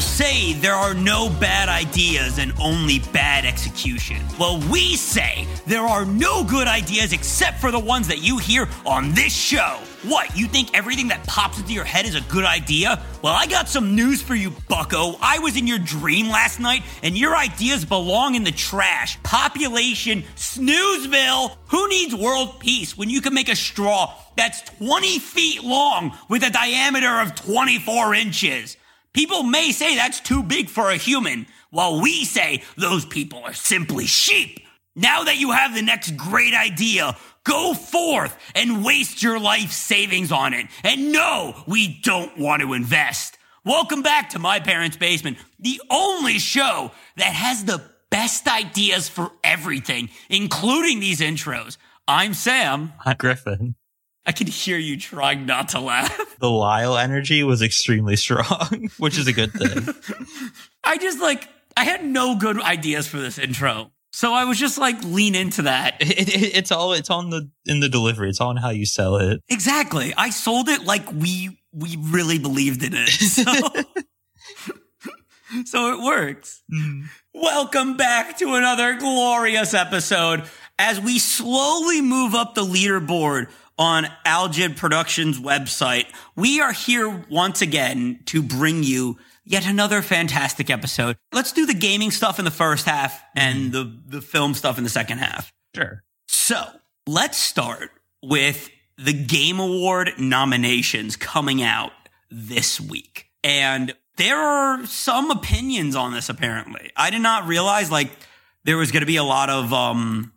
say there are no bad ideas and only bad execution. Well, we say there are no good ideas except for the ones that you hear on this show. What, you think everything that pops into your head is a good idea? Well, I got some news for you, bucko. I was in your dream last night, and your ideas belong in the trash. Population snoozeville! Who needs world peace when you can make a straw that's 20 feet long with a diameter of 24 inches? People may say that's too big for a human, while we say those people are simply sheep. Now that you have the next great idea, go forth and waste your life savings on it. And no, we don't want to invest. Welcome back to My Parents' Basement, the only show that has the best ideas for everything, including these intros. I'm Sam. I'm Griffin. I can hear you trying not to laugh. The Lyle energy was extremely strong, which is a good thing. I just like, I had no good ideas for this intro. So I was just like, lean into that. It, it, it's all it's on the in the delivery. It's on how you sell it. Exactly. I sold it like we we really believed in it. So, so it works. Welcome back to another glorious episode as we slowly move up the leaderboard on Algid Productions website. We are here once again to bring you yet another fantastic episode. Let's do the gaming stuff in the first half and the, the film stuff in the second half. Sure. So let's start with the Game Award nominations coming out this week. And there are some opinions on this, apparently. I did not realize, like, there was going to be a lot of um,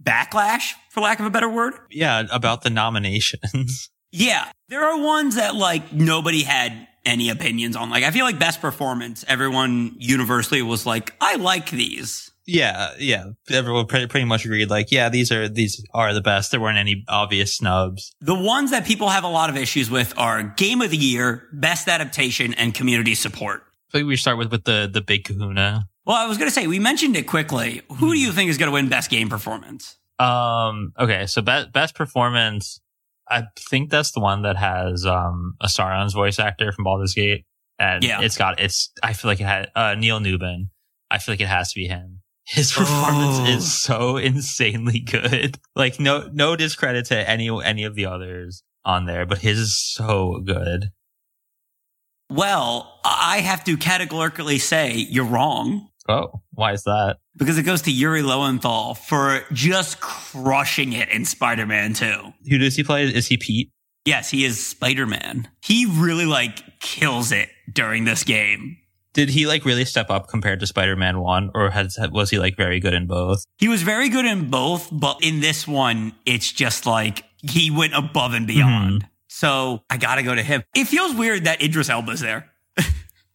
backlash, for lack of a better word. Yeah, about the nominations. Yeah, there are ones that, like, nobody had any opinions on. Like, I feel like best performance, everyone universally was like, I like these. yeah, yeah. Everyone pretty, pretty much agreed. Like, yeah, these are these are the best. There weren't any obvious snubs. The ones that people have a lot of issues with are Game of the Year, Best Adaptation, and Community Support. I think we start with with the the big Kahuna. Well, I was going to say, we mentioned it quickly. Who do you think is going to win Best Game Performance? Um. Okay. So best best performance. I think that's the one that has um a Sauron's voice actor from Baldur's Gate, and Yeah. it's got it's. I feel like it had uh, Neil Newbin. I feel like it has to be him. His performance Oh. is so insanely good. Like no no discredit to any any of the others on there, but his is so good. Well, I have to categorically say you're wrong Oh, why is that? because it goes to Yuri Lowenthal for just crushing it in Spider Man 2. Who does he play? Is he Pete? Yes, he is Spider Man. He really like kills it during this game. Did he like really step up compared to Spider Man One, or has, was he like very good in both? He was very good in both, but in this one, it's just like he went above and Mm-hmm. beyond. So I gotta go to him. It feels weird that Idris Elba's there.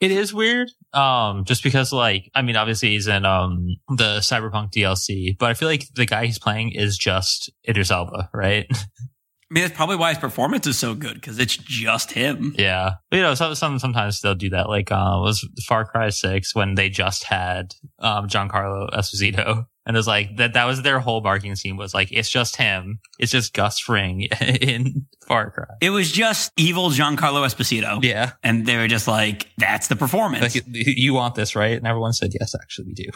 It is weird. Um, just because like I mean, obviously he's in um the Cyberpunk DLC, but I feel like the guy he's playing is just Idris Elba, right? I mean, that's probably why his performance is so good because it's just him. yeah. But, you know, some, some sometimes they'll do that. Like uh was Far Cry Six when they just had um Giancarlo Esposito. And it was like that that was their whole marketing team was like, it's just him. It's just Gus Fring in Far Cry. It was just evil Giancarlo Esposito. Yeah. And they were just like, that's the performance. Like you want this, right? And everyone said, Yes, actually we do.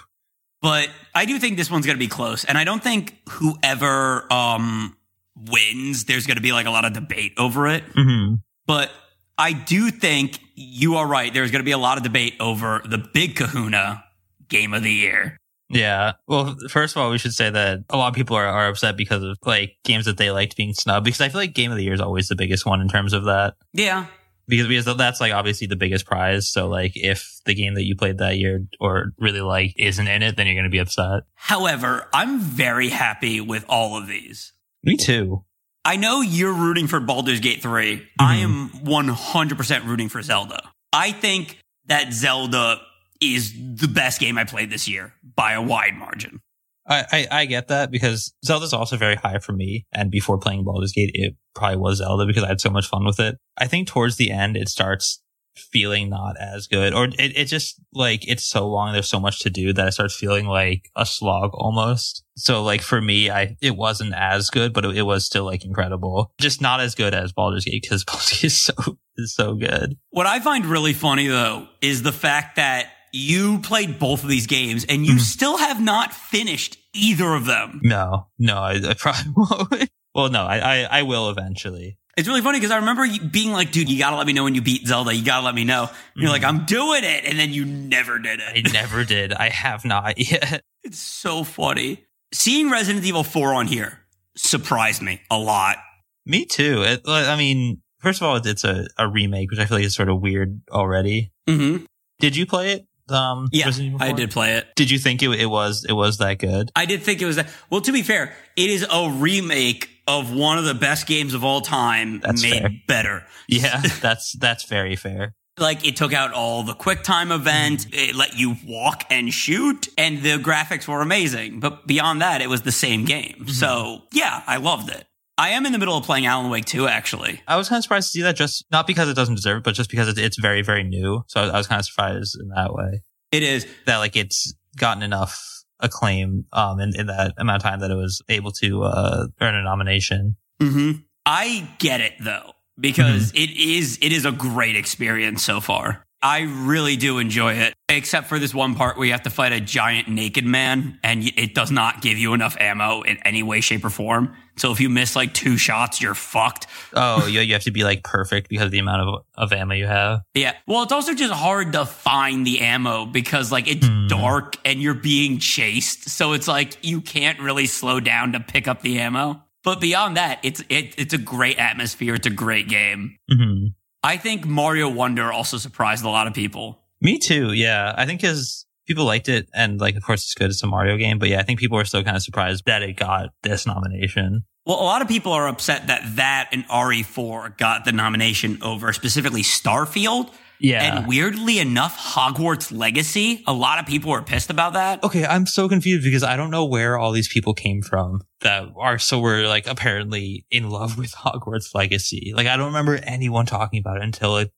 But I do think this one's going to be close. And I don't think whoever um, wins, there's going to be like a lot of debate over it. Mm-hmm. But I do think you are right. There's going to be a lot of debate over the big kahuna game of the year. Yeah. Well, first of all, we should say that a lot of people are, are upset because of like games that they liked being snubbed because I feel like game of the year is always the biggest one in terms of that Yeah. because because that's like obviously the biggest prize. So like if the game that you played that year or really like isn't in it, then you're going to be upset. However, I'm very happy with all of these. Me too. I know you're rooting for Baldur's Gate 3. I am 100% rooting for Zelda. I think that Zelda is the best game I played this year by a wide margin. I, I, I get that because Zelda's also very high for me. And before playing Baldur's Gate, it probably was Zelda because I had so much fun with it. I think towards the end, it starts feeling not as good or it, it just like it's so long. There's so much to do that I start feeling like a slog almost. So like for me, I, it wasn't as good, but it, it was still like incredible. Just not as good as Baldur's Gate because Baldur's Gate is so, is so good. What I find really funny though is the fact that you played both of these games and you Mhm. still have not finished either of them. No, no, I, I probably won't. well, no, I, I, I will eventually. It's really funny because I remember you being like, dude, you gotta let me know when you beat Zelda. You gotta let me know. And you're Mhm. like, I'm doing it. And then you never did I it. never did. I have not yet. It's so funny. Seeing Resident Evil 4 on here surprised me a lot. Me too. It, like, I mean, first of all, it's a, a remake, which I feel like is sort of weird already. Mm-hmm. Did you play it? Um, Yeah, Resident Evil I 4? did play it. Did you think it, it was it was that good? I did think it was that. Well, to be fair, it is a remake of one of the best games of all time That's made fair. better. Yeah, that's that's very fair. Like it took out all the quick time event, it let you walk and shoot, and the graphics were amazing. But beyond that, it was the same game. So yeah, I loved it. I am in the middle of playing Alan Wake 2, actually. I was kind of surprised to see that, just not because it doesn't deserve it, but just because it's, it's very very new. So I, I was kind of surprised in that way It is that like it's gotten enough acclaim um in, in that amount of time that it was able to uh earn a nomination. hmm I get it though, because it is it is a great experience so far. I really do enjoy it, except for this one part where you have to fight a giant naked man, and y- it does not give you enough ammo in any way, shape, or form. So if you miss like two shots, you're fucked. Oh, you you have to be like perfect because of the amount of of ammo you have. Yeah. Well, it's also just hard to find the ammo because like it's Hmm. dark and you're being chased. So it's like you can't really slow down to pick up the ammo. But beyond that, it's it, it's a great atmosphere. It's a great game. hmm I think Mario Wonder also surprised a lot of people. Me too. Yeah, I think his people liked it, and like of course it's good. It's a Mario game, but yeah, I think people were still kind of surprised that it got this nomination. Well, a lot of people are upset that that and RE4 got the nomination over specifically Starfield. Yeah. And weirdly enough, Hogwarts Legacy. A lot of people were pissed about that. okay, I'm so confused because I don't know where all these people came from that are so were like apparently in love with Hogwarts Legacy. Like I don't remember anyone talking about it until it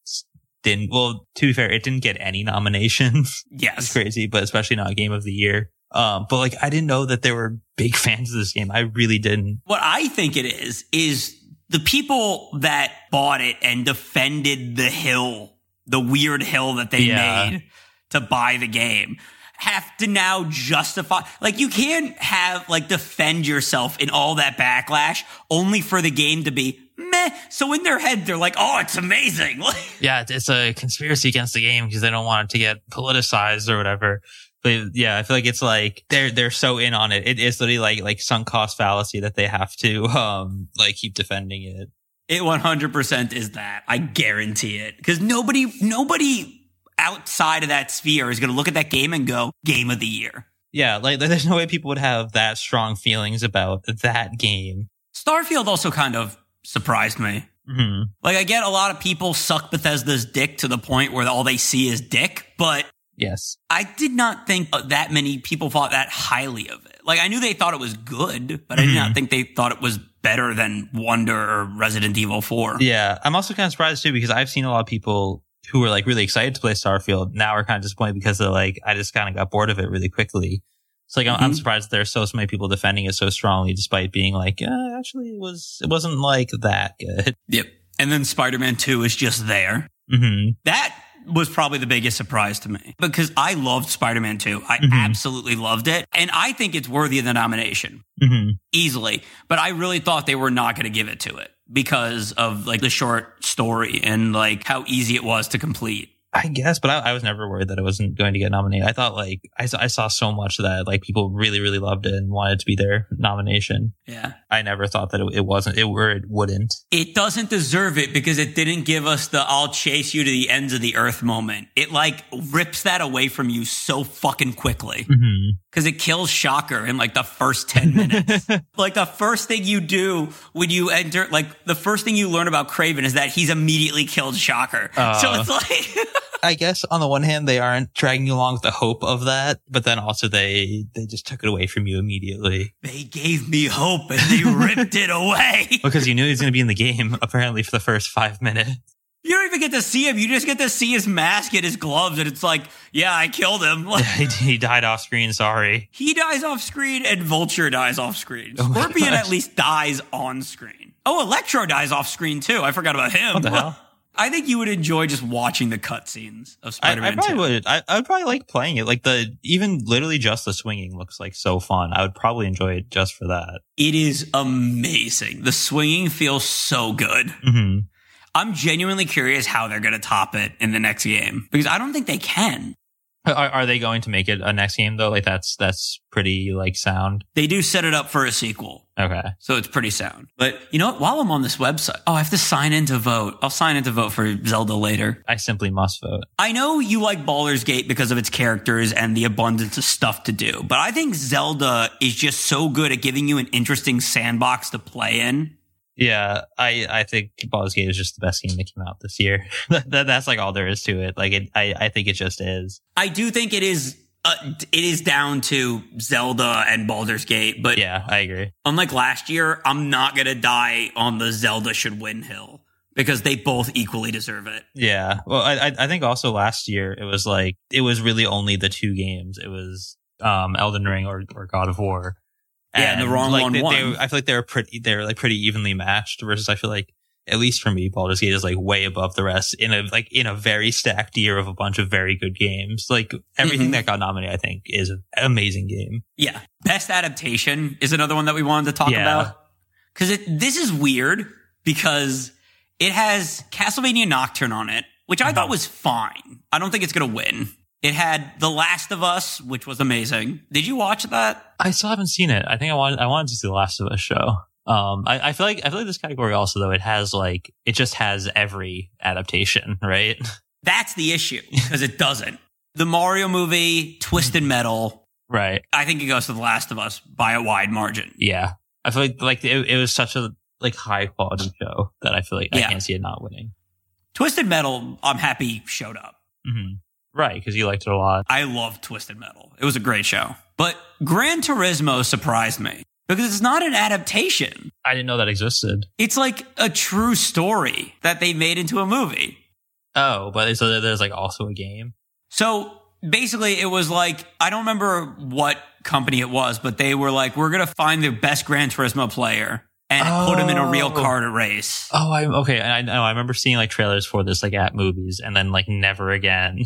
didn't. Well, to be fair, it didn't get any nominations. it's Yes. crazy, but especially not Game of the Year. Um, but like I didn't know that there were big fans of this game. I really didn't. What I think it is, is the people that bought it and defended the hill, the weird hill that they Yeah. made to buy the game have to now justify like you can't have like defend yourself in all that backlash only for the game to be meh so in their head they're like oh it's amazing like yeah, it's- it's a conspiracy against the game because they don't want it to get politicized or whatever. But yeah, I feel like it's like they're they're so in on it. It is literally like like sunk cost fallacy that they have to um like keep defending it. It 100% is that. I guarantee it. Because nobody, nobody outside of that sphere is going to look at that game and go, game of the year. Yeah, like there's no way people would have that strong feelings about that game. Starfield also kind of surprised me. hmm Like, I get a lot of people suck Bethesda's dick to the point where all they see is dick, but Yes. I did not think that many people thought that highly of it. Like, I knew they thought it was good, but I did not think they thought it was better than Wonder or Resident Evil 4. Yeah, I'm also kind of surprised too because I've seen a lot of people who were like really excited to play Starfield now are kind of disappointed because they're like, I just kind of got bored of it really quickly. So like, I'm, I'm Mhm. surprised there are so, so many people defending it so strongly, despite being like, uh, actually, it was it wasn't like that good. Yep. And then Spider Man 2 is just there. hmm That was probably the biggest surprise to me because I loved Spider Man 2. I Mhm. absolutely loved it. And I think it's worthy of the nomination hmm easily. But I really thought they were not going to give it to it because of like the short story and like how easy it was to complete. I guess, but I, I was never worried that it wasn't going to get nominated. I thought like I, saw- I saw so much that like people really really loved it and wanted it to be their nomination. Yeah. I never thought that it, it wasn't it or it wouldn't. It doesn't deserve it because it didn't give us the I'll chase you to the ends of the earth moment. It like rips that away from you so fucking quickly hmm because it kills Shocker in like the first 10 minutes. like the first thing you do when you enter, like the first thing you learn about Craven is that he's immediately killed Shocker. Oh. so it's like, I guess on the one hand they aren't dragging you along with the hope of that, but then also they they just took it away from you immediately they gave me hope and they ripped it away. because you knew he was going to be in the game apparently for the first five minutes. You don't even get to see him. You just get to see his mask and his gloves. And it's like, yeah, I killed him. Like, he, he died off screen. Sorry. he dies off screen and Vulture dies off screen. Oh my Scorpion gosh. at least dies on screen. Oh, Electro dies off screen too. I forgot about him. What the hell? I think you would enjoy just watching the cutscenes of I, Spider I Man probably 2. would. I, I would probably like playing it. Like the even literally just the swinging looks like so fun. I would probably enjoy it just for that. It is amazing. The swinging feels so good. hmm I'm genuinely curious how they're going to top it in the next game because I don't think they can. Are, are they going to make it a next game though? Like that's that's pretty like sound. They do set it up for a sequel, Okay. so it's pretty sound. But you know what? While I'm on this website, oh, I have to sign in to vote. I'll sign in to vote for Zelda later. I simply must vote. I know you like Baldur's Gate because of its characters and the abundance of stuff to do, but I think Zelda is just so good at giving you an interesting sandbox to play in. Yeah, I I think Baldur's Gate is just the best game that came out this year. that, that- that's like all there is to it. Like it, I I think it just is. I do think it is. Uh, it is down to Zelda and Baldur's Gate, but Yeah, I agree. unlike last year, I'm not gonna die on the Zelda should win hill because they both equally deserve it. Yeah. Well, I I- I think also last year it was like it was really only the two games. It was um Elden Ring or, or God of War. Yeah, and the wrong like, one they, they- won. I feel like they were pretty they were like pretty evenly matched. Versus I feel like at least for me, Baldur's Gate is like way above the rest in a like in a very stacked year of a bunch of very good games. Like everything Mhm. that got nominated, I think, is an amazing game. Yeah, best adaptation is another one that we wanted to talk Yeah. about because this is weird because it has Castlevania Nocturne on it, which I thought was fine. I don't think it's gonna win. It had The Last of Us, which was amazing. Did you watch that? I still haven't seen it. I think I wanted I wanted to see the Last of Us show. Um, I, I feel like I feel like this category also though it has like it just has every adaptation, right? That's the issue because it doesn't. The Mario movie, Twisted Metal. right. I think it goes to The Last of Us by a wide margin. Yeah. I feel like like it, it was such a like high quality show that I feel like Yeah. I can't see it not winning. Twisted Metal, I'm happy showed up. Mm-hmm. Right, because you liked it a lot. I love Twisted Metal. It was a great show. But Gran Turismo surprised me because it's not an adaptation. I didn't know that existed. It's like a true story that they made into a movie. Oh, but so there- there's like also a game. So basically, it was like, I don't remember what company it was, but they were like, we're going to find the best Gran Turismo player and put him in a real Oh. car to race. Oh, I'm okay. I know. I remember seeing like trailers for this like at movies, and then like never again.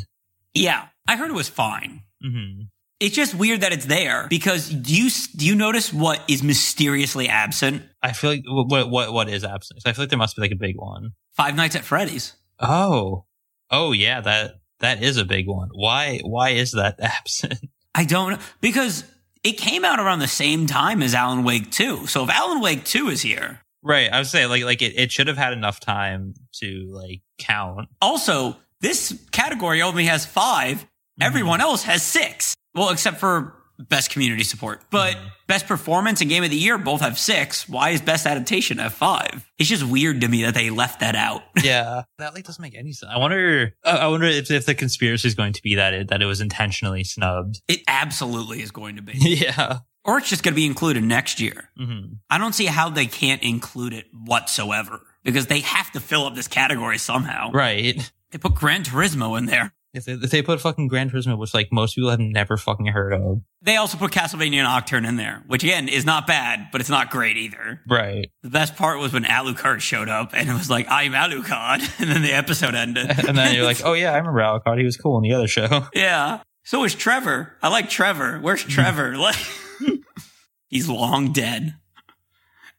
Yeah, I heard it was fine. hmm It's just weird that it's there because do you do you notice what is mysteriously absent? I feel like what what what is absent? I feel like there must be like a big one. Five Nights at Freddy's. Oh, oh yeah, that that is a big one. Why why is that absent? I don't because it came out around the same time as Alan Wake 2. So if Alan Wake 2 is here, right, I would say like like it, it should have had enough time to like count. also this category only has 5, everyone else has 6. Well, except for best community support. But Mhm. best performance and game of the year both have 6. Why is best adaptation have 5? It's just weird to me that they left that out. yeah, that like doesn't make any sense. I wonder I I wonder if if the conspiracy is going to be that it that it was intentionally snubbed. It absolutely is going to be. yeah. or it's just going to be included next year. hmm I don't see how they can't include it whatsoever because they have to fill up this category somehow. Right. They put Gran Turismo in there. If they, if they put fucking Gran Turismo, which like most people have never fucking heard of. They also put Castlevania Nocturne in there, which again is not bad, but it's not great either. Right. The best part was when Alucard showed up and it was like, I'm Alucard. And then the episode ended. and then you're like, oh yeah, I remember Alucard. He was cool in the other show. Oh yeah. So is Trevor. I like Trevor. Where's Trevor? like, he's long dead.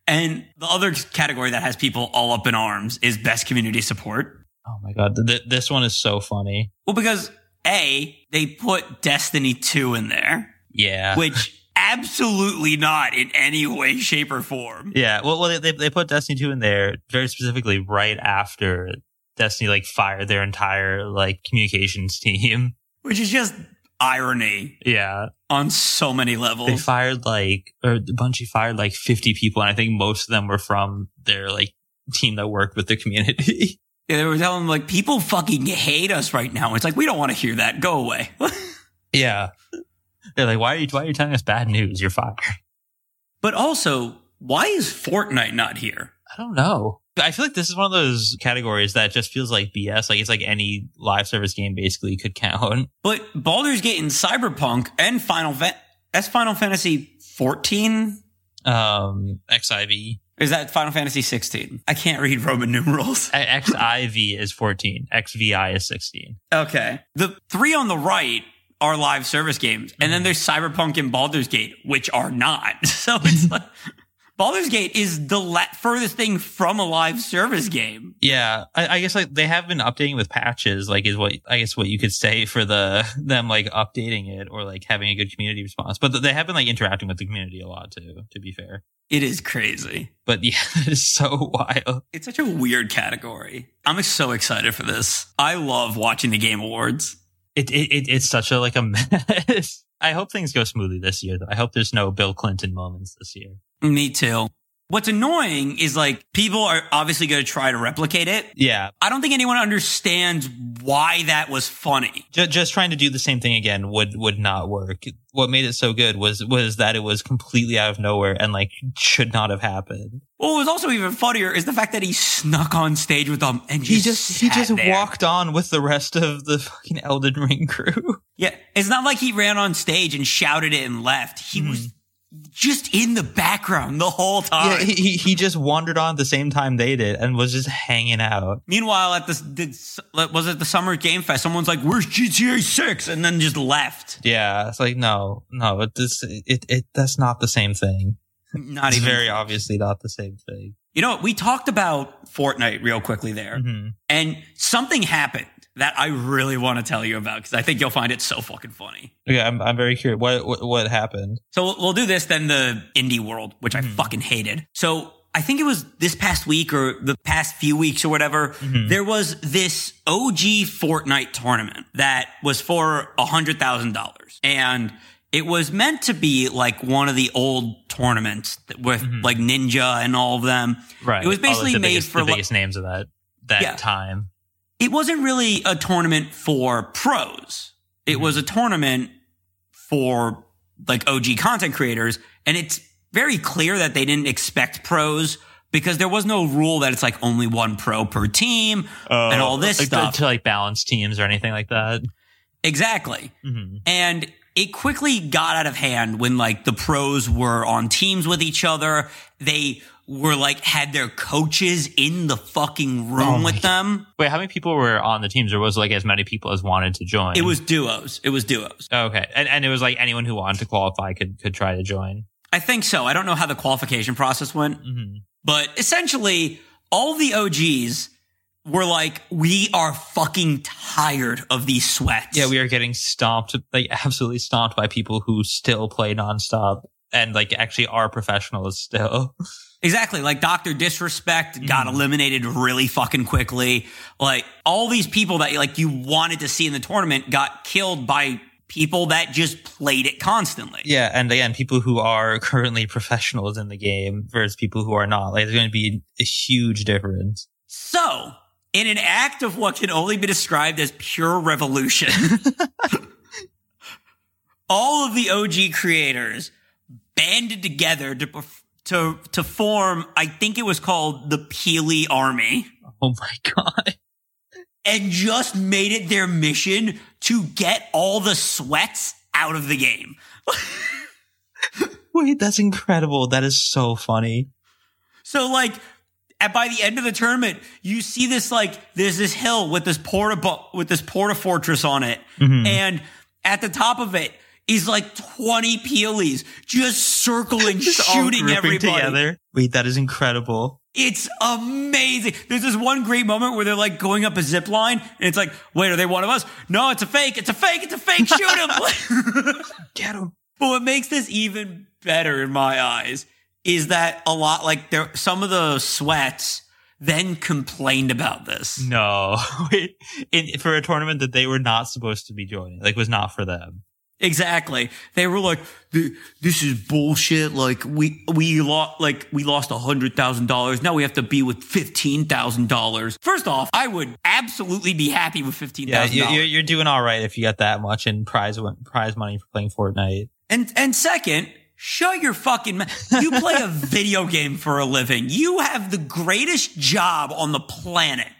And the other category that has people all up in arms is best community support. Oh my god, th- th- this one is so funny. Well, because A, they put Destiny 2 in there, Yeah. which absolutely not in any way, shape, or form. Yeah, well, well, they they put Destiny two in there very specifically right after Destiny like fired their entire like communications team. which is just irony Yeah, on so many they levels. fired like or Bungie fired like fifty people, and I think most of them were from their like team that worked with the community. Yeah, they were telling them, like, people fucking hate us right now. It's like, we don't want to hear that. Go away. yeah, they're like, why are you why are you telling us bad news? You're fired. but also, why is Fortnite not here? I don't know. I feel like this is one of those categories that just feels like BS. Like it's like any live service game basically could count. But Baldur's Gate and Cyberpunk and Final Fa- that's Final Fantasy 14? Um, XIV. Is that Final Fantasy 16? I can't read Roman numerals. A- XIV is 14. XVI is 16. Okay. The three on the right are live service games. And then there's Cyberpunk and Baldur's Gate, which are not. So it's like Baldur's Gate is the la- furthest thing from a live service game. Yeah, I, I guess like they have been updating with patches. Like, is what I guess what you could say for the them like updating it or like having a good community response. But they have been like interacting with the community a lot too. To be fair, It is crazy. but yeah, it is so wild. It's such a weird category. I'm so excited for this. I love watching the Game Awards. It, it, it it's such a like a mess. I hope things go smoothly this year. Though I hope there's no Bill Clinton moments this year. Me too. What's annoying is like people are obviously going to try to replicate it. Yeah, I don't think anyone understands why that was funny. just, just trying to do the same thing again would would not work. What made it so good was was that it was completely out of nowhere and like should not have happened. What was also even funnier is the fact that he snuck on stage with them and He just just he sat just there. walked on with the rest of the fucking Elden Ring crew. Yeah, it's not like he ran on stage and shouted it and left. He was just in the background the whole Hmm. Yeah, time. he, he he just wandered on at the same time they did and was just hanging out. Meanwhile, at this, the, was it the Summer Game Fest? Someone's like, "Where's GTA 6? and then just left. Yeah, it's like no, no, it, this it it that's not the same thing. Not It's even. very obviously not the same thing. you know, we talked about Fortnite real quickly there, hmm and something happened that I really want to tell you about because I think you'll find it so fucking funny. Okay, I'm I'm very curious. What what, what happened? So we'll, we'll do this then the indie world, which I Mhm. fucking hated. So I think it was this past week or the past few weeks or whatever. Mhm. There was this OG Fortnite tournament that was for a hundred thousand dollars, and it was meant to be like one of the old tournaments that- with Mhm. like Ninja and all of them. Right, It was All of basically the made biggest, for the li- biggest names of that that Yeah. time. It wasn't really a tournament for pros. It Mhm. was a tournament for like OG content creators. And it's very clear that they didn't expect pros because there was no rule that it's like only one pro per team. And all this Uh, like, stuff. to like balance teams or anything like that. Exactly. hmm And it quickly got out of hand when like the pros were on teams with each other. They were like had their coaches in the fucking room my with them. Wait, how many people were on the teams? Or was it, like as many people as wanted to join? Oh, It was duos. It was duos. okay, and, and it was like anyone who wanted to qualify could could try to join. I think so. I don't know how the qualification process went. hmm But essentially, all the OGs were like, we are fucking tired of these sweats. Yeah, we are getting stomped, like absolutely stomped by people who still play nonstop and like actually are professionals still. exactly. Like Dr. Disrespect got Mhm. eliminated really fucking quickly. Like all these people that like you wanted to see in the tournament got killed by people that just played it constantly. Yeah, and again, people who are currently professionals in the game versus people who are not, like, there's going to be a huge difference. So, in an act of what can only be described as pure revolution, all of the OG creators banded together to perf- to to form. I think it was called the Peely Army, Oh my god! and just made it their mission to get all the sweats out of the game. Wait, that's incredible. That is so funny. So like at by the end of the tournament, you see this like there's this hill with this porta bu- with this porta fortress on it, Mhm. and at the top of it is like 20 peelies just circling, Just all shooting grouping everybody. together. Wait, that is incredible. It's amazing. There's this one great moment where they're like going up a zip line, and it's like, wait, are they one of us? No, it's a fake. It's a fake. It's a fake. Shoot him. Get him. But what makes this even better in my eyes is that a lot like there some of the sweats then complained about this. Mm. No, Wait, in, for a tournament that they were not supposed to be joining, like was not for them. Exactly. They were like, "Th- "This is bullshit." Like we we lost like we lost a hundred thousand dollars. Now we have to be with fifteen thousand dollars. First off, I would absolutely be happy with fifteen Yeah, thousand you, you're, dollars. you're doing all right if you got that much in prize prize money for playing Fortnite. And and second, shut your fucking mouth. You play a video game for a living. You have the greatest job on the planet.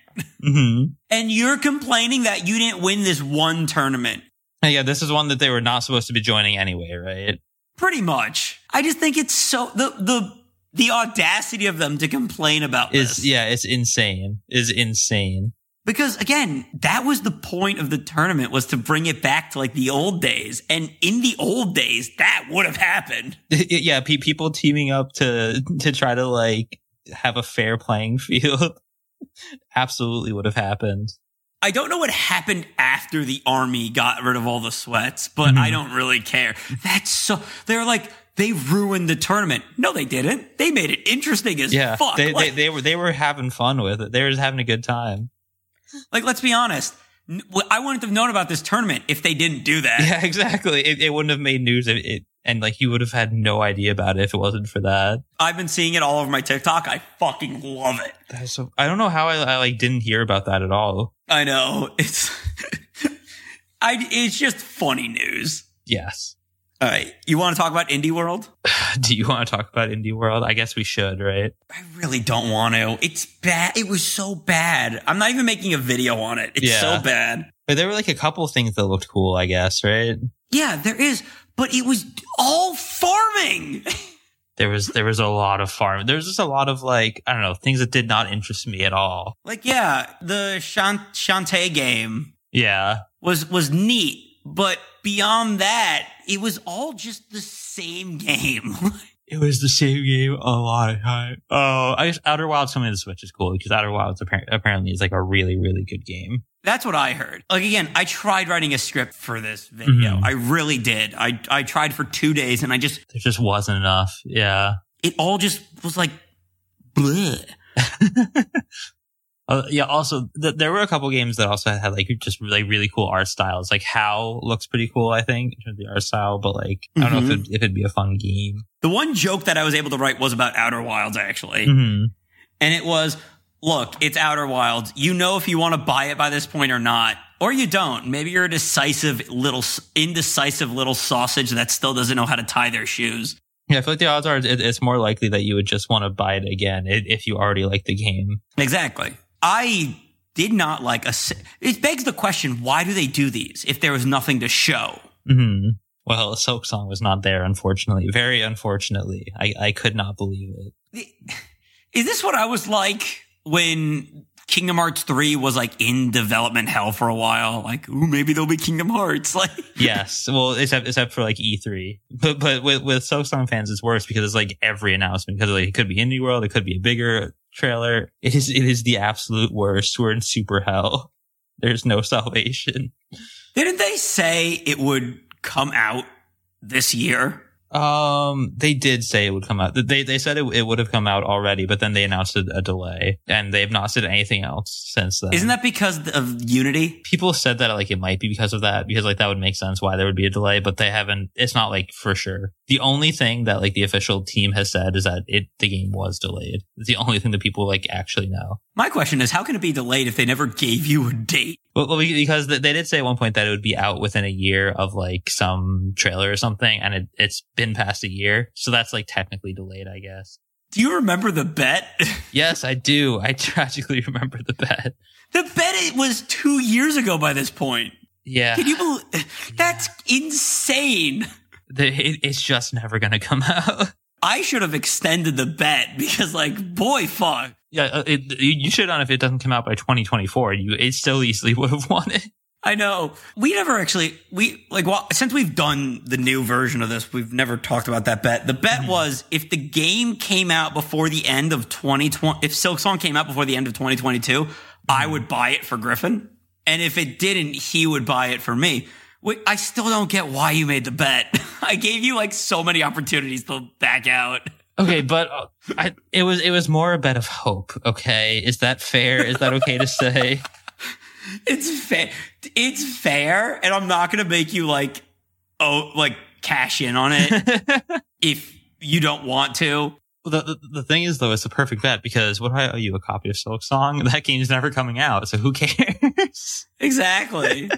hmm And you're complaining that you didn't win this one tournament. And yeah, this is one that they were not supposed to be joining anyway, right? Pretty much. I just think it's so the the The audacity of them to complain about Is this. yeah, it's insane. Is insane. Because again, that was the point of the tournament was to bring it back to like the old days. And in the old days, that would have happened. yeah, pe- people teaming up to to try to like have a fair playing field absolutely would have happened. I don't know what happened after the army got rid of all the sweats, but Mhm. I don't really care. That's so, they're like, they ruined the tournament. No, they didn't. They made it interesting as Yeah, fuck. they, Like- they they were they were having fun with it. They were just having a good time. Like, let's be honest. N- well, I wouldn't have known about this tournament if they didn't do that. Yeah, exactly. It, it wouldn't have made news if it, and like you would have had no idea about it if it wasn't for that. I've been seeing it all over my TikTok. I fucking love it. That's so. I don't know how I, I like didn't hear about that at all. I know. It's I it's just funny news. Yes. All right. You want to talk about Indie World? Do you want to talk about Indie World? I guess we should, right? I really don't want to. It's bad. It was so bad. I'm not even making a video on it. It's Yeah. so bad. But there were like a couple things that looked cool. I guess right. Yeah, there is, but it was all farming. there was there was a lot of farm. There was just a lot of like I don't know things that did not interest me at all. like yeah, the Shan- Shantae game Yeah, was was neat, but beyond that, it was all just the same game. it was the same game a lot of time. Oh, I guess Outer Wilds coming to the Switch is cool because Outer Wilds apparently apparently is like a really really good game. That's what I heard. Like again, I tried writing a script for this video. Mhm. I really did. I I tried for 2 days and I just There just wasn't enough. Yeah. it all just was like bleh. Uh, yeah. Also, th- there were a couple games that also had like just really really cool art styles. Like How looks pretty cool, I think, in terms of the art style. But like, I don't know if Mhm. it'd, if it'd be a fun game. The one joke that I was able to write was about Outer Wilds actually. hmm And it was, look, it's Outer Wilds. You know if you want to buy it by this point or not. Or you don't. Maybe you're a decisive little, indecisive little sausage that still doesn't know how to tie their shoes. Yeah, I feel like the odds are it, it's more likely that you would just want to buy it again i- if you already like the game. Exactly. I did not like a. si- It begs the question: Why do they do these if there was nothing to show? Mm-hmm. hmm Well, Silk Song was not there, unfortunately. Very unfortunately. I, I could not believe it. Is this what I was like when Kingdom Hearts three was like in development hell for a while? Like, ooh, maybe there'll be Kingdom Hearts. Like, Yes. Well, except except for like E3. But but with, with Silk Song fans it's worse because it's like every announcement because like it could be Indie World, it could be a bigger trailer. It is it is the absolute worst. We're in super hell. There's no salvation. didn't they say it would come out this year? Um, they did say it would come out. They they said it, it would have come out already, but then they announced a, a delay, and they've not said anything else since then. Isn't that because of Unity? people said that like it might be because of that because like that would make sense why there would be a delay but they haven't it's not like for sure the only thing that like the official team has said is that it the game was delayed it's the only thing that people like actually know My question is, how can it be delayed if they never gave you a date? well, well, because they they did say at one point that it would be out within a year of like some trailer or something and it, it's been past a year so that's like technically delayed i guess Do you remember the bet? yes i do i tragically remember the bet the bet it was two years ago by this point. yeah Can you believe that's insane? the, it, it's just never gonna come out I should have extended the bet because, like, boy, fuck. Yeah, uh, it, you you should on if it doesn't come out by 2024. You it still easily would have won it. I know we never actually we like well, since we've done the new version of this, we've never talked about that bet. The bet was if the game came out before the end of 2020, if Silk Song came out before the end of 2022, I would buy it for Griffin, and if it didn't, he would buy it for me. Wait, I still don't get why you made the bet. I gave you like so many opportunities to back out. Okay, but uh, I, it was it was more a bet of hope. Okay, is that fair? Is that okay to say? It's fair. It's fair, and I'm not gonna make you like, oh, like cash in on it the, if you don't want to. the the thing is though, it's a perfect bet because what do I owe you a copy of Silk Song? That game's never coming out, so who cares? Exactly.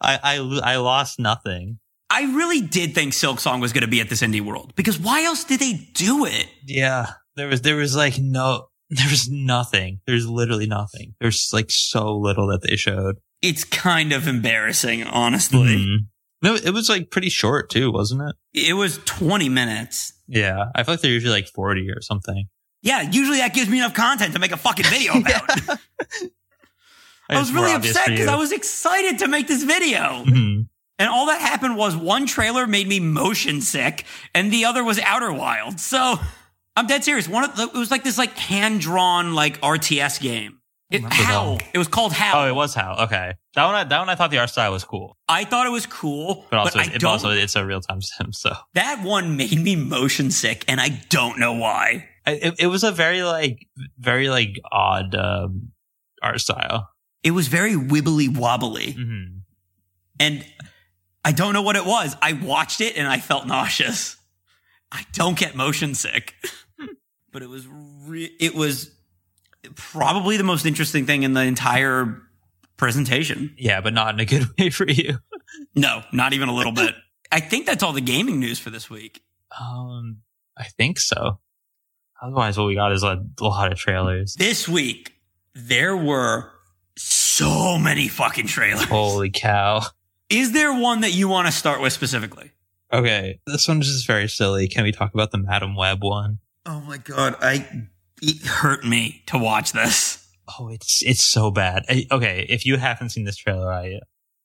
I I, lo- I lost nothing. I really did think Silk Song was gonna be at this indie world because why else did they do it? Yeah, there was there was like no there was nothing. There's literally nothing. There's like so little that they showed. It's kind of embarrassing, honestly. Mhm. No, it was like pretty short too, wasn't it? It was 20 minutes. Yeah. I feel like they're usually like 40 or something. Yeah, usually that gives me enough content to make a fucking video about. I was really upset because I was excited to make this video. hmm And all that happened was one trailer made me motion sick, and the other was Outer Wild. So I'm dead serious. One of the, it was like this like hand drawn like RTS game. It, Remember how that. it was called Oh, How. it was Hal. Okay. That one, I, that one I thought the art style was cool, I thought it was cool, but also, I it, don't. also it's a real time sim. So that one made me motion sick, and I don't know why. I, it, it was a very like, very like odd, um, art style. It was very wibbly wobbly, hmm and I don't know what it was. I watched it and I felt nauseous. I don't get motion sick, but it was re- it was probably the most interesting thing in the entire presentation. Yeah, but not in a good way for you. No, not even a little bit. I think that's all the gaming news for this week. Um, I think so. Otherwise, what we got is a lot of trailers. This week there were so many fucking trailers. Holy cow. Is there one that you want to start with specifically? Okay, this one's just very silly. Can we talk about the Madam Web one? Oh my god, I it hurt me to watch this. Oh, it's it's so bad. I- okay, if you haven't seen this trailer, I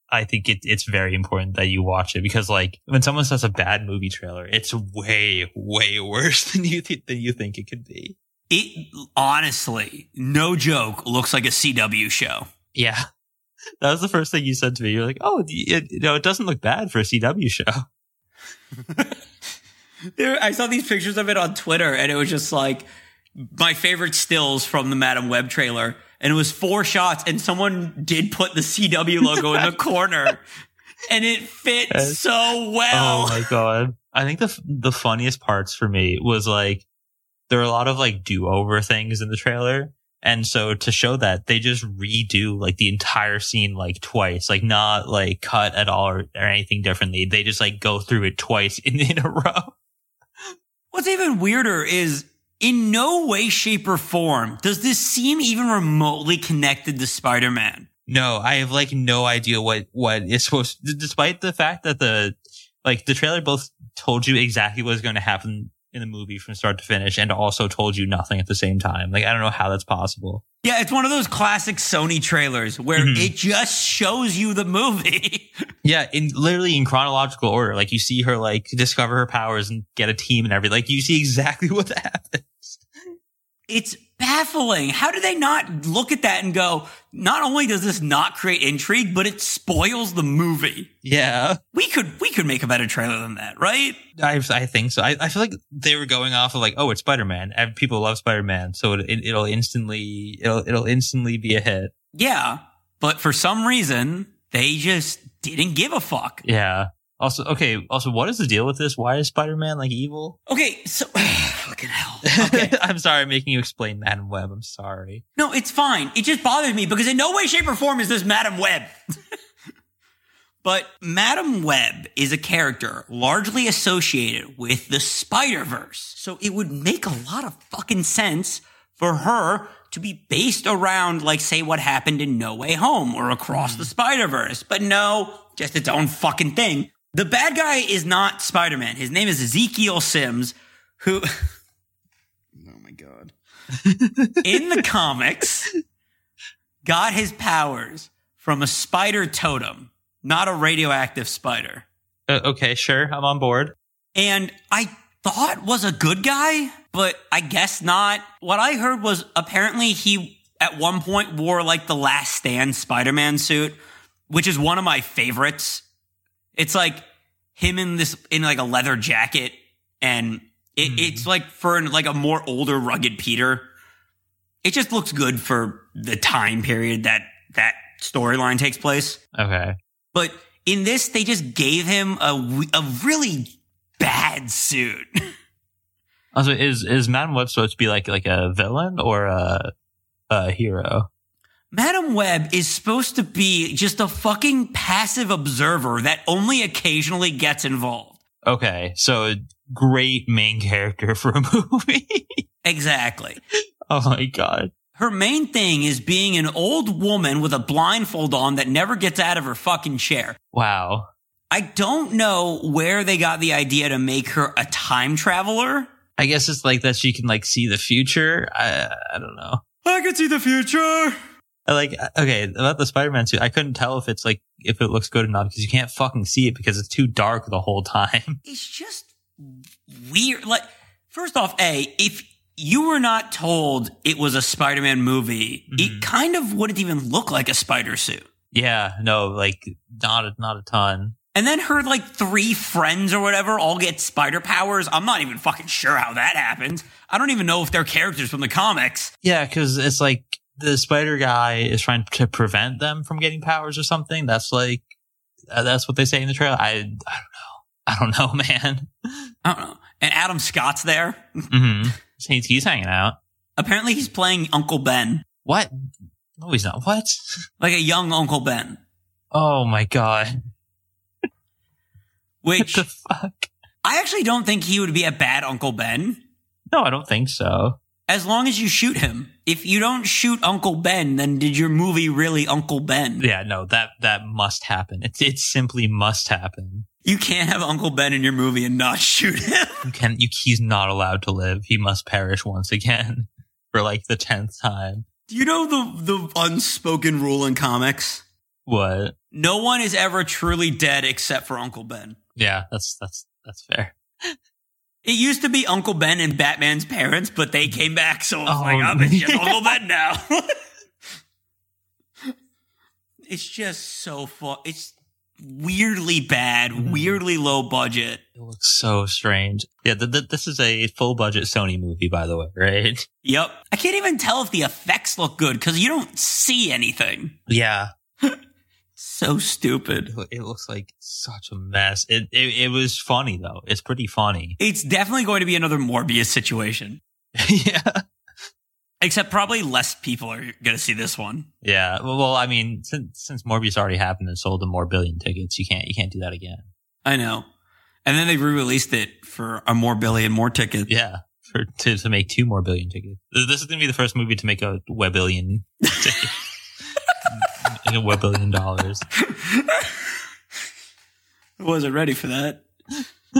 I think it, it's very important that you watch it because like when someone says a bad movie trailer, it's way way worse than you th- than you think it could be. It honestly, no joke, looks like a CW show. Yeah. That was the first thing you said to me. You're like, "Oh, it, you know, it doesn't look bad for a CW show." There, I saw these pictures of it on Twitter, and it was just like my favorite stills from the Madam Web trailer. And it was four shots, and someone did put the CW logo in the corner, and it fit Yes. so well. Oh my god! I think the f- the funniest parts for me was like there were a lot of like do over things in the trailer, and so to show that they just redo like the entire scene like twice, like not like cut at all or, or anything differently. They just like go through it twice in, in a row. What's even weirder is in no way, shape, or form does this seem even remotely connected to Spider Man. No, I have like no idea what what is supposed. d- Despite the fact that the like the trailer both told you exactly what was going to happen in the movie from start to finish, and also told you nothing at the same time. Like I don't know how that's possible. Yeah, it's one of those classic Sony trailers where Mhm. it just shows you the movie. Yeah, in literally in chronological order. Like you see her like discover her powers and get a team and everything. Like you see exactly what happened. it's baffling. How do they not look at that and go, not only does this not create intrigue, but it spoils the movie. Yeah. We could we could make a better trailer than that, right? I, I think so. I, I feel like they were going off of like, oh, it's Spider Man. People love Spider Man, so it, it, it'll instantly it'll it'll instantly be a hit. Yeah. But for some reason, they just didn't give a fuck. Yeah. Also, okay. Also, what is the deal with this? Why is Spider Man like evil? Okay, so fucking hell. Okay. I'm sorry, I'm making you explain Madam Web. I'm sorry. No, it's fine. It just bothers me because in no way, shape, or form is this Madam Web. but Madam Web is a character largely associated with the Spider Verse. So it would make a lot of fucking sense for her to be based around, like, say, what happened in No Way Home or across the Spider Verse. But no, just its own fucking thing. The bad guy is not Spider Man. His name is Ezekiel Sims, who. Oh my god. In the comics, got his powers from a spider totem, not a radioactive spider. Uh, okay, sure. I'm on board. And I thought was a good guy, but I guess not. What I heard was apparently he at one point wore like the last stand Spider-Man suit, which is one of my favorites. It's like him in this in like a leather jacket and it, Mhm. it's like for an, like a more older rugged Peter. It just looks good for the time period that that storyline takes place. Okay. But in this, they just gave him a, w- a really bad suit. Also, is is Madam Web supposed to be like like a villain or a a hero? Madam Web is supposed to be just a fucking passive observer that only occasionally gets involved. Okay, so great main character for a movie. Exactly. oh my god. Her main thing is being an old woman with a blindfold on that never gets out of her fucking chair. Wow. I don't know where they got the idea to make her a time traveler. I guess it's like that she can like see the future. I I don't know. I can see the future. I Like okay, about the Spider-Man suit, I couldn't tell if it's like if it looks good or not because you can't fucking see it because it's too dark the whole time. It's just weird. Like, first off, A, if you were not told it was a Spider Man movie, it Mhm. kind of wouldn't even look like a spider suit. yeah, no, like not a, not a ton. And then her like three friends or whatever all get spider powers. I'm not even fucking sure how that happened. I don't even know if they're characters from the comics. Yeah, because it's like the spider guy is trying to prevent them from getting powers or something. That's like uh, that's what they say in the trailer. I I don't know. I don't know, man. I don't know. And Adam Scott's there. hmm He's, he's hanging out. Apparently, he's playing Uncle Ben, What? No, he's not. What? like a young Uncle Ben. Oh my god! What Which the fuck? I actually don't think he would be a bad Uncle Ben. No, I don't think so. As long as you shoot him. If you don't shoot Uncle Ben, then did your movie really Uncle Ben? Yeah, no that that must happen. It it simply must happen. You can't have Uncle Ben in your movie and not shoot him. You can you he's not allowed to live. He must perish once again for like the tenth time. Do you know the the unspoken rule in comics? What? No one is ever truly dead except for Uncle Ben. Yeah, that's that's that's fair. It used to be Uncle Ben and Batman's parents, but they came back, so it's Oh, like, oh, it's just yeah. Uncle Ben now. it's just so fun. It's weirdly bad, Mhm. weirdly low budget. It looks so strange. Yeah, th- th- this is a full budget Sony movie, by the way, right? Yep. I can't even tell if the effects look good because you don't see anything. Yeah, So stupid. it, loo- it looks like such a mess. It, it it was funny though. It's pretty funny. It's definitely going to be another Morbius situation, yeah. except probably less people are going to see this one. Yeah. Well, well, I mean, since since Morbius already happened and sold the more billion tickets, you can't you can't do that again. I know. And then they re-released it for a more billion more ticket. Yeah. For to, to make two more billion tickets. Th- This is gonna be the first movie to make a webillion ticket. In a webillion dollars. I wasn't ready for that.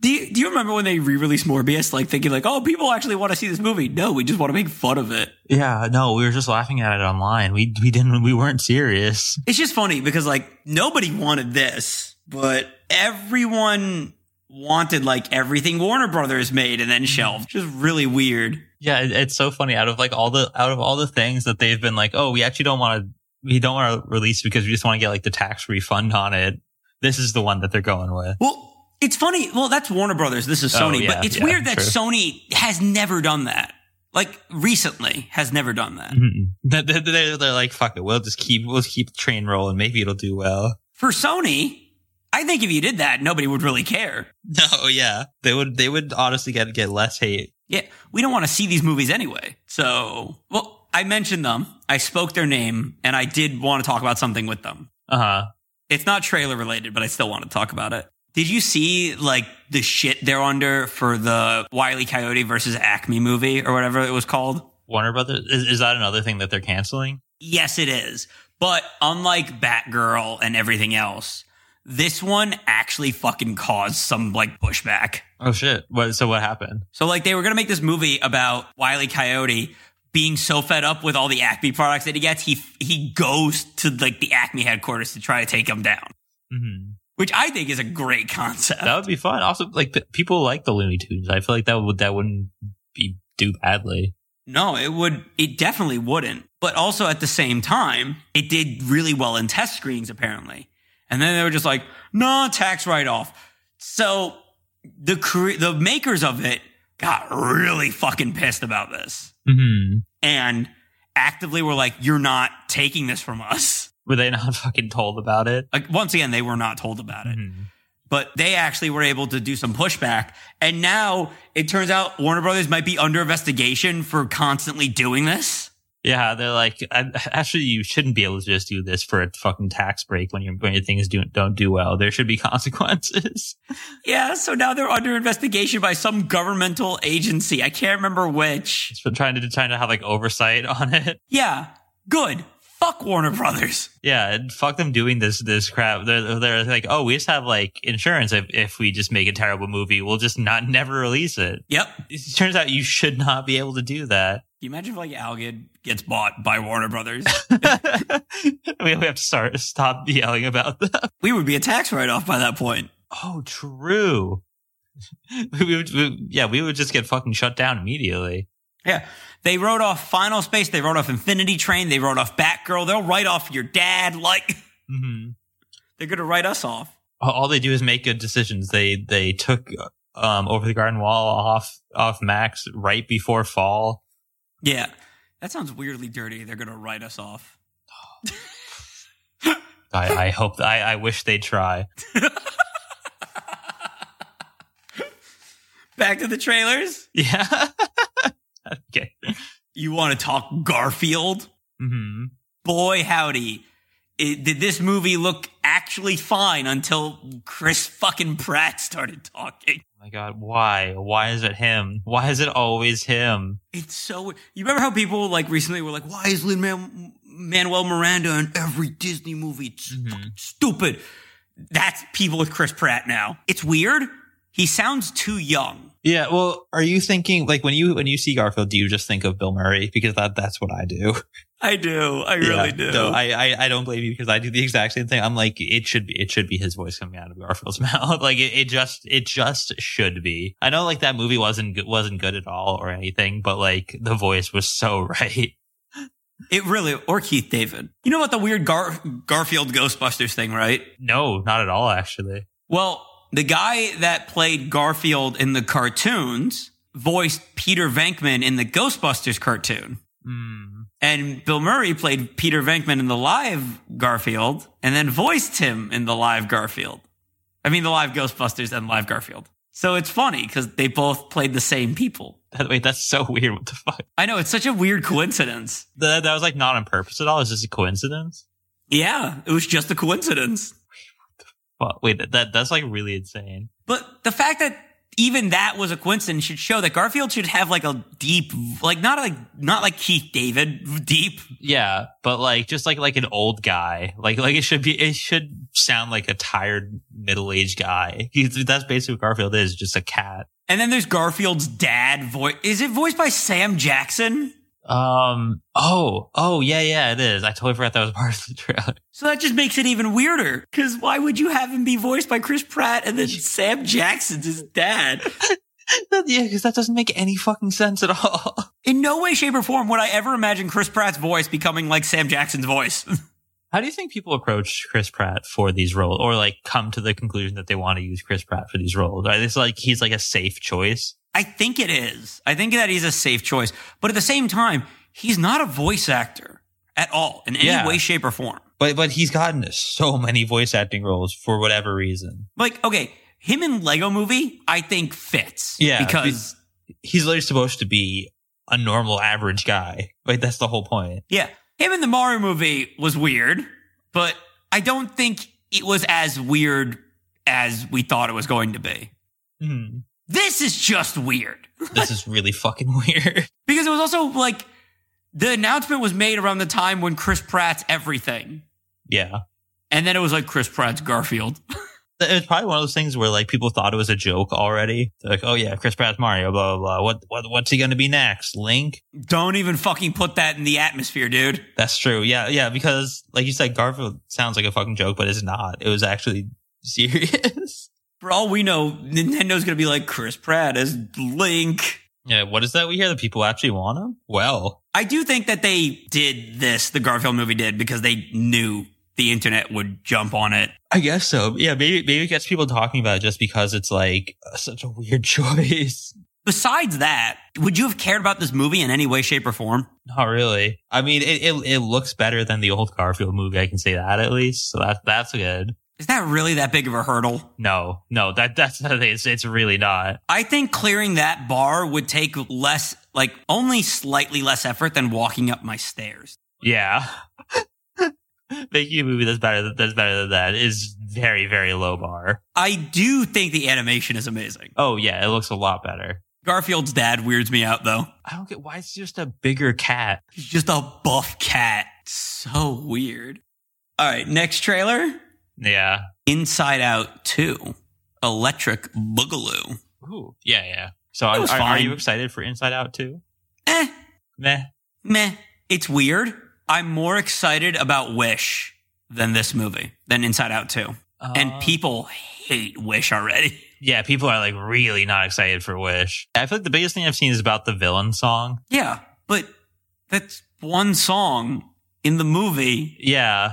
do you, Do you remember when they re-released Morbius? Like thinking like, oh, people actually want to see this movie. No, we just want to make fun of it. Yeah, no, we were just laughing at it online. We we didn't we weren't serious. It's just funny because like nobody wanted this, but everyone wanted like everything Warner Brothers made and Mm-hmm. then shelved. Just really weird. Yeah, it, it's so funny. Out of like all the out of all the things that they've been like, oh, we actually don't want to we don't want to release because we just want to get like the tax refund on it. This is the one that they're going with. Well, it's funny. Well, that's Warner Brothers. This is Oh, Sony, yeah, but it's yeah, weird that true. Sony has never done that. Like recently, has never done that. Mm-mm. They- they- They're, they're like, fuck it, we'll just keep we'll keep the train rolling. Maybe it'll do well. For Sony, I think if you did that, nobody would really care. No, yeah, they would they would honestly get get less hate. Yeah, we don't want to see these movies anyway. So, well, I mentioned them. I spoke their name, and I did want to talk about something with them. Uh huh. It's not trailer related, but I still want to talk about it. Did you see like the shit they're under for the Wiley Coyote versus Acme movie or whatever it was called? Warner Brothers is, is that another thing that they're canceling? Yes, it is. But unlike Batgirl and everything else, this one actually fucking caused some like pushback. Oh shit! What? So what happened? So like they were gonna make this movie about Wiley Coyote being so fed up with all the Acme products that he gets, he he goes to like the Acme headquarters to try to take them down, hmm which I think is a great concept. That would be fun. Also, like p- people like the Looney Tunes. I feel like that would that wouldn't be do badly. No, it would. It definitely wouldn't. But also at the same time, it did really well in test screens apparently. And then they were just like, "No tax write off." So the cre- the makers of it got really fucking pissed about this Mm-hmm. and actively were like, "You're not taking this from us." Were they not fucking told about it? Like once again, they were not told about it. Mhm. but they actually were able to do some pushback. And now it turns out Warner Brothers might be under investigation for constantly doing this. Yeah, they're like, I- actually, you shouldn't be able to just do this for a fucking tax break when your when your things do, don't do well. There should be consequences. Yeah, so now they're under investigation by some governmental agency. I can't remember which. It's been trying to trying to have like oversight on it. Yeah, good. Fuck Warner Brothers. Yeah, and fuck them doing this this crap. They're, they're like, oh, we just have like insurance. If, if we just make a terrible movie, we'll just not never release it. Yep. It turns out you should not be able to do that. Can you imagine if like Algid gets bought by Warner Brothers? we have to start stop yelling about that. we would be a tax write off by that point. Oh, true. we would, we, yeah, we would just get fucking shut down immediately. Yeah. They wrote off Final Space. They wrote off Infinity Train. They wrote off Batgirl. They'll write off your dad. Like, hmm they're going to write us off. All they do is make good decisions. They they took um, over the garden wall off off Max right before fall. Yeah. That sounds weirdly dirty. They're going to write us off. I, I hope I, I wish they try. Back to the trailers. Yeah. okay. You want to talk Garfield? hmm Boy, howdy. It, did this movie look actually fine until Chris fucking Pratt started talking? Oh my God, why? Why is it him? Why is it always him? It's so weird. You remember how people like recently were like, why is Lin Manuel Miranda in every Disney movie? It's Mhm. fucking stupid. That's people with Chris Pratt now. It's weird. He sounds too young. Yeah. Well, are you thinking like when you when you see Garfield, do you just think of Bill Murray? Because that that's what I do. I do. I Yeah. So I, I I don't blame you because I do the exact same thing. I'm like it should be it should be his voice coming out of Garfield's mouth. like it, it just it just should be. I know like that movie wasn't good- wasn't good at all or anything, but like the voice was so right. it really, or Keith David. You know about the weird Gar- Garfield Ghostbusters thing, right? No, not at all. Actually, Well, the guy that played Garfield in the cartoons voiced Peter Venkman in the Ghostbusters cartoon. Hmm. And Bill Murray played Peter Venkman in the live Garfield and then voiced him in the live Garfield. I mean, the live Ghostbusters and live Garfield. So it's funny because they both played the same people. That, wait, that's so weird. What the fuck? I know it's such a weird coincidence. That, that was like not on purpose at all. It's just a coincidence. Yeah, it was just a coincidence. Well, wait, that, that that's like really insane. But the fact that even that was a coincidence should show that Garfield should have like a deep, like not like not like Keith David deep. Yeah, but like just like like an old guy, like like it should be it should sound like a tired middle aged guy. He's, that's basically what Garfield is, just a cat. And then there's Garfield's dad voice. Is it voiced by Sam Jackson? Um. Oh. Oh. Yeah. Yeah. It is. I totally forgot that was part of the trailer. So that just makes it even weirder. Because why would you have him be voiced by Chris Pratt and then Sam Jackson's his dad? yeah, because that doesn't make any fucking sense at all. In no way, shape, or form would I ever imagine Chris Pratt's voice becoming like Sam Jackson's voice. How do you think people approach Chris Pratt for these roles, or like come to the conclusion that they want to use Chris Pratt for these roles? Right? It's like he's like a safe choice. I think it is. I think that he's a safe choice. But at the same time, he's not a voice actor at all in any Yeah. way, shape, or form. But but he's gotten so many voice acting roles for whatever reason. Like, okay, him in Lego movie, I think fits. Yeah, Because He's literally supposed to be a normal average guy. Like that's the whole point. Yeah. Him in the Mario movie was weird, but I don't think it was as weird as we thought it was going to be. Hmm. This is just weird This is really fucking weird. because it was also like the announcement was made around the time when Chris Pratt's everything. Yeah. And then it was like Chris Pratt's Garfield. It was probably one of those things where like people thought it was a joke already. They're like, oh yeah, Chris Pratt's Mario, blah blah blah. What what what's he gonna be next? Link? Don't even fucking put that in the atmosphere, dude. That's true. Yeah, yeah. Because like you said, Garfield sounds like a fucking joke, but it's not. It was actually serious. For all we know, Nintendo's gonna be like Chris Pratt as Link. yeah. What is that we hear? That people actually want him? Well, I do think that they did this, the Garfield movie did, because they knew the internet would jump on it. I guess so. Yeah. Maybe maybe it gets people talking about it just because it's like such a weird choice. Besides that, would you have cared about this movie in any way, shape, or form? Not really. I mean, it, it it looks better than the old Garfield movie. I can say that at least. So that that's good. Is that really that big of a hurdle? No, no, that that's not. It's it's really not. I think clearing that bar would take less, like only slightly less effort than walking up my stairs. Yeah. Making a movie that's better than- that's better than that is very very low bar. I do think the animation is amazing. Oh yeah, it looks a lot better. Garfield's dad weirds me out though. I don't get why it's just a bigger cat. He's just a buff cat. So weird. All right, next trailer Yeah. Inside Out 2 Electric Boogaloo. Ooh. Yeah, yeah. So It are, was are, are fine. you excited for Inside Out too? Eh, Meh. meh. It's weird. I'm more excited about Wish than this movie, than Inside Out 2. Uh, and people hate Wish already. yeah, people are like really not excited for Wish. I feel like the biggest thing I've seen is about the villain song. Yeah, but that's one song in the movie. Yeah.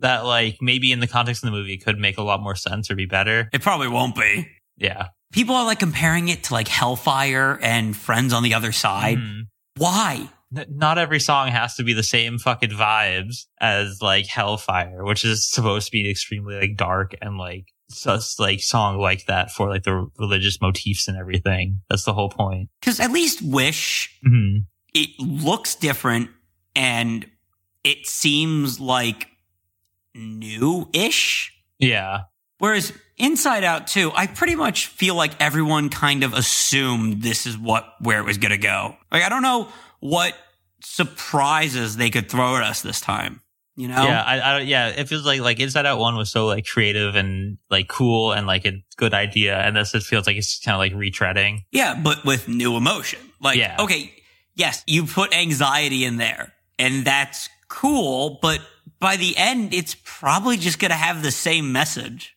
That like maybe in the context of the movie could make a lot more sense or be better. It probably won't be. Yeah. People are like comparing it to like Hellfire and Friends on the Other Side. Mhm. Why? N- not every song has to be the same fucking vibes as like Hellfire, which is supposed to be an extremely like dark and like sus like song like that for like the r- religious motifs and everything. That's the whole point. Because at least Wish, Mhm. it looks different and it seems like new ish. Yeah, Whereas Inside Out 2, I pretty much feel like everyone kind of assumed this is what where it was going to go. Like I don't know what surprises they could throw at us this time, you know? yeah, I, I, don't- yeah. It feels like like Inside Out One was so like creative and like cool and like a good idea, and this it feels like it's kind of like retreading. Yeah, but with new emotion. Like Yeah. okay, yes, you put anxiety in there and that's cool, but by the end it's probably just going to have the same message.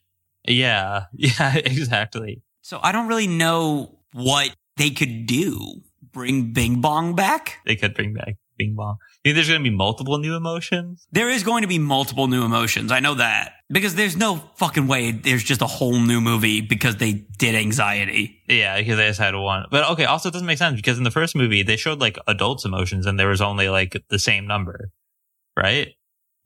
Yeah, yeah, exactly. So I don't really know what they could do. Bring Bing Bong back? They could bring back Bing Bong. You think there's gonna be multiple new emotions? There is going to be multiple new emotions. I know that because there's no fucking way there's just a whole new movie because they did anxiety. Yeah, because they just had one. But okay, also it doesn't make sense because in the first movie they showed like adults' emotions and there was only like the same number, right?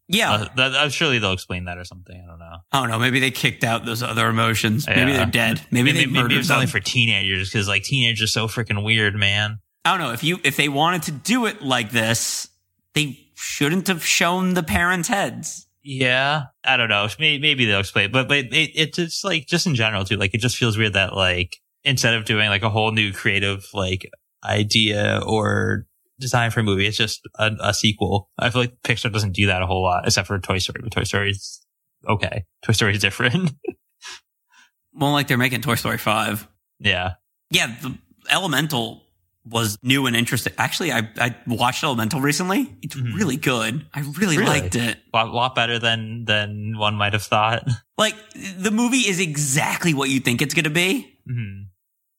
Yeah. Uh, that, uh, surely they'll explain that or something. I don't know. I don't know. Maybe they kicked out those other emotions. Maybe Yeah. they're dead. Maybe, they murdered it's them. only for teenagers because like teenagers are so freaking weird, man. I don't know. If you if they wanted to do it like this, they shouldn't have shown the parents' heads. Yeah, I don't know. Maybe, maybe they'll explain, it. but but it, it's just like just in general too. Like it just feels weird that like instead of doing like a whole new creative like idea or design for a movie, it's just a, a sequel. I feel like Pixar doesn't do that a whole lot, except for Toy Story. But Toy Story's okay. Toy Story's different. Well, like they're making Toy Story Five. yeah, Yeah, the Elemental was new and interesting. Actually, I I watched Elemental recently. It's Mhm. really good. I really, Really? liked it. a lot, lot better than than one might have thought. Like the movie is exactly what you think it's going to be, Mhm.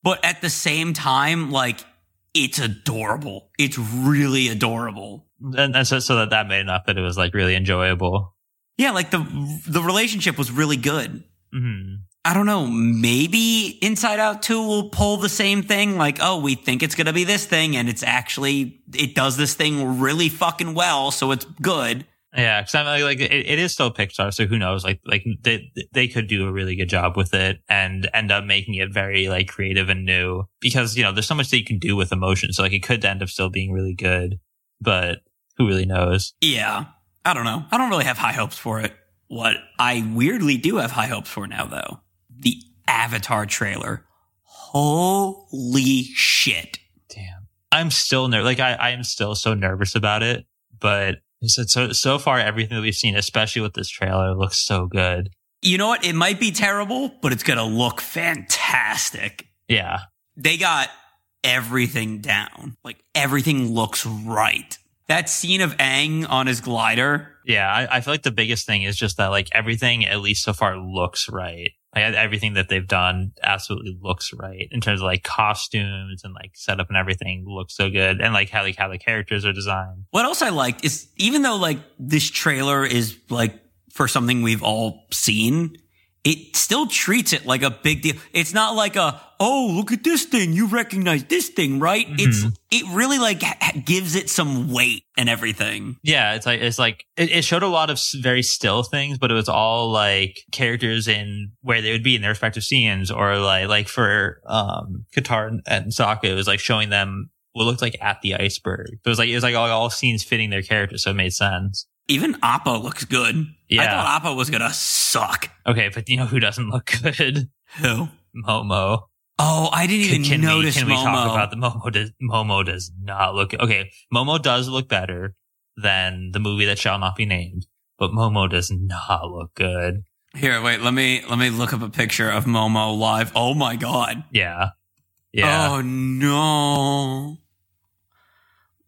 but at the same time, like it's adorable. It's really adorable. And, and so so that that made enough that it was like really enjoyable. Yeah, like the the relationship was really good. hmm I don't know, maybe Inside Out 2 will pull the same thing like, oh, we think it's going to be this thing and it's actually it does this thing really fucking well, so it's good. Yeah, because I'm like, like it, it is still Pixar, so who knows? Like, like they they could do a really good job with it and end up making it very like creative and new. Because you know, there's so much that you can do with emotion, so like it could end up still being really good, but who really knows? Yeah. I don't know. I don't really have high hopes for it. What I weirdly do have high hopes for now, though, the Avatar trailer. Holy shit. Damn, I'm still ner- like I I am still so nervous about it, but it's- it's so so far everything that we've seen, especially with this trailer, looks so good. You know what? It might be terrible, but it's going to look fantastic. Yeah, They got everything down. Like everything looks right. That scene of Aang on his glider. Yeah, I, I feel like the biggest thing is just that like everything, at least so far, looks right. Like e-, everything that they've done absolutely looks right in terms of like costumes and like setup and everything looks so good, and like how like how the characters are designed. What else I liked is even though like this trailer is like for something we've all seen, it still treats it like a big deal. It's not like a oh look at this thing you recognize this thing right? It's Mm-hmm. it really like ha- gives it some weight and everything. Yeah, it's like it's like it, it showed a lot of s- very still things, but it was all like characters in where they would be in their respective scenes, or like like for um Qatar and, and Sokka, it was like showing them what looked like at the iceberg. It was like it was like all, all scenes fitting their characters, so it made sense. Even Appa looks good. I Yeah. thought Appa was gonna suck. Okay, but you know who doesn't look good? Who? Momo. Oh, I didn't even can notice we, can we Momo. talk about the Momo? Does, Momo does not look okay. Momo does look better, than the movie that shall not be named. But Momo does not look good. Here, wait. Let me let me look up a picture of Momo live. Oh my god. Yeah. Yeah. Oh no.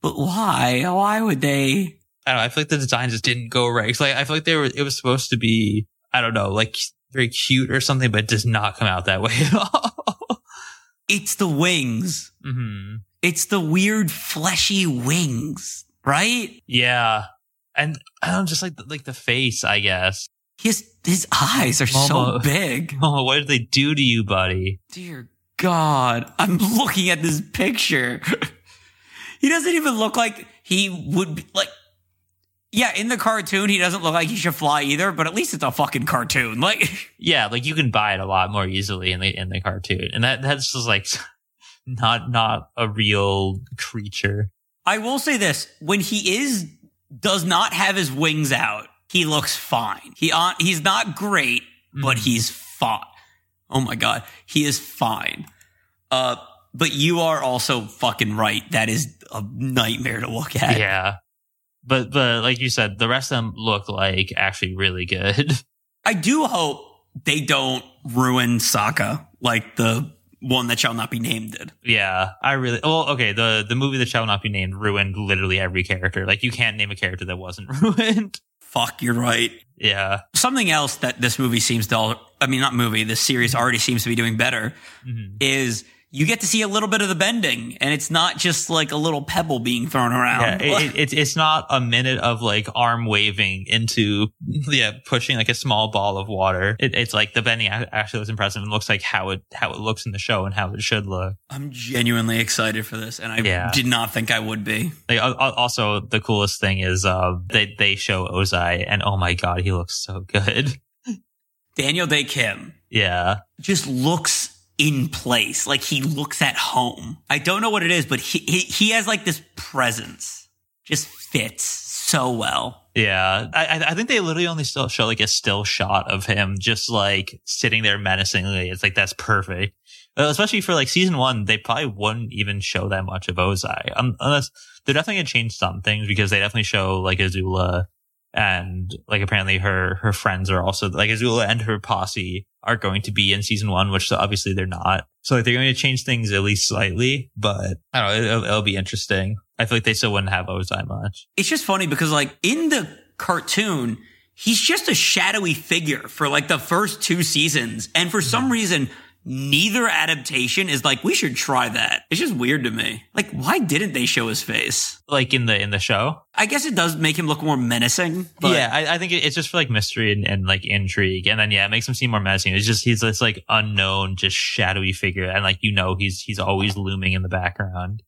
But why? Why would they? I don't know. I feel like the design just didn't go right. 'Cause, Like I feel like they were, it was supposed to be, I don't know, like very cute or something, but it does not come out that way at all. It's the wings. Mm-hmm. hmm It's the weird fleshy wings, right? Yeah. And I don't just like, the, like the face, I guess. His his eyes are so Momo. big. Oh, what did they do to you, buddy? Dear God, I'm looking at this picture. he doesn't even look like he would be, like. Yeah, in the cartoon, he doesn't look like he should fly either. But at least it's a fucking cartoon. Like, Yeah. Like you can buy it a lot more easily in the, in the cartoon. And that, that's just like not, not a real creature. I will say this: when he is does not have his wings out, he looks fine. He on he's not great, but Mhm. he's fine. Oh my god, he is fine. Uh, but you are also fucking right. That is a nightmare to look at. yeah. But, but like you said, the rest of them look like actually really good. I do hope they don't ruin Sokka like the one that shall not be named did. Yeah, I really. Well, okay. The the movie that shall not be named ruined literally every character. Like you can't name a character that wasn't ruined. Fuck, you're right. yeah. Something else that this movie seems to, al- I mean, not movie, this series already seems to be doing better Mhm. is you get to see a little bit of the bending and it's not just like a little pebble being thrown Yeah, around. it, it, it's it's not a minute of like arm waving into yeah pushing like a small ball of water. It, it's like the bending ac- actually looks impressive and looks like how it how it looks in the show and how it should look. I'm genuinely excited for this and I Yeah. did not think I would be. Like al- al- also the coolest thing is uh they they show Ozai and oh my god he looks so good. Daniel Day Kim Yeah, just looks in place. Like he looks at home. I don't know what it is, but he, he, he has like this presence. Just fits so well. Yeah, I, I- I think they literally only still show like a still shot of him just like sitting there menacingly. It's like that's perfect, Uh, especially for like season one. They probably wouldn't even show that much of Ozai um, unless they're definitely gonna change some things because they definitely show like Azula and like apparently her her friends are also like Azula and her posse are going to be in season one, which obviously they're not. So like they're going to change things at least slightly, but I don't know. It'll, it'll be interesting. I feel like they still wouldn't have Ozai much. It's just funny because like in the cartoon, he's just a shadowy figure for like the first two seasons. And for Mm-hmm. some reason, neither adaptation is like, we should try that. It's just weird to me. Like, why didn't they show his face? Like in the in the show, I guess it does make him look more menacing, but yeah, I, I think it- it's just for like mystery and, and like intrigue, and then yeah, it makes him seem more menacing. It's just he's this like unknown, just shadowy figure, and like you know he's he's always looming in the background.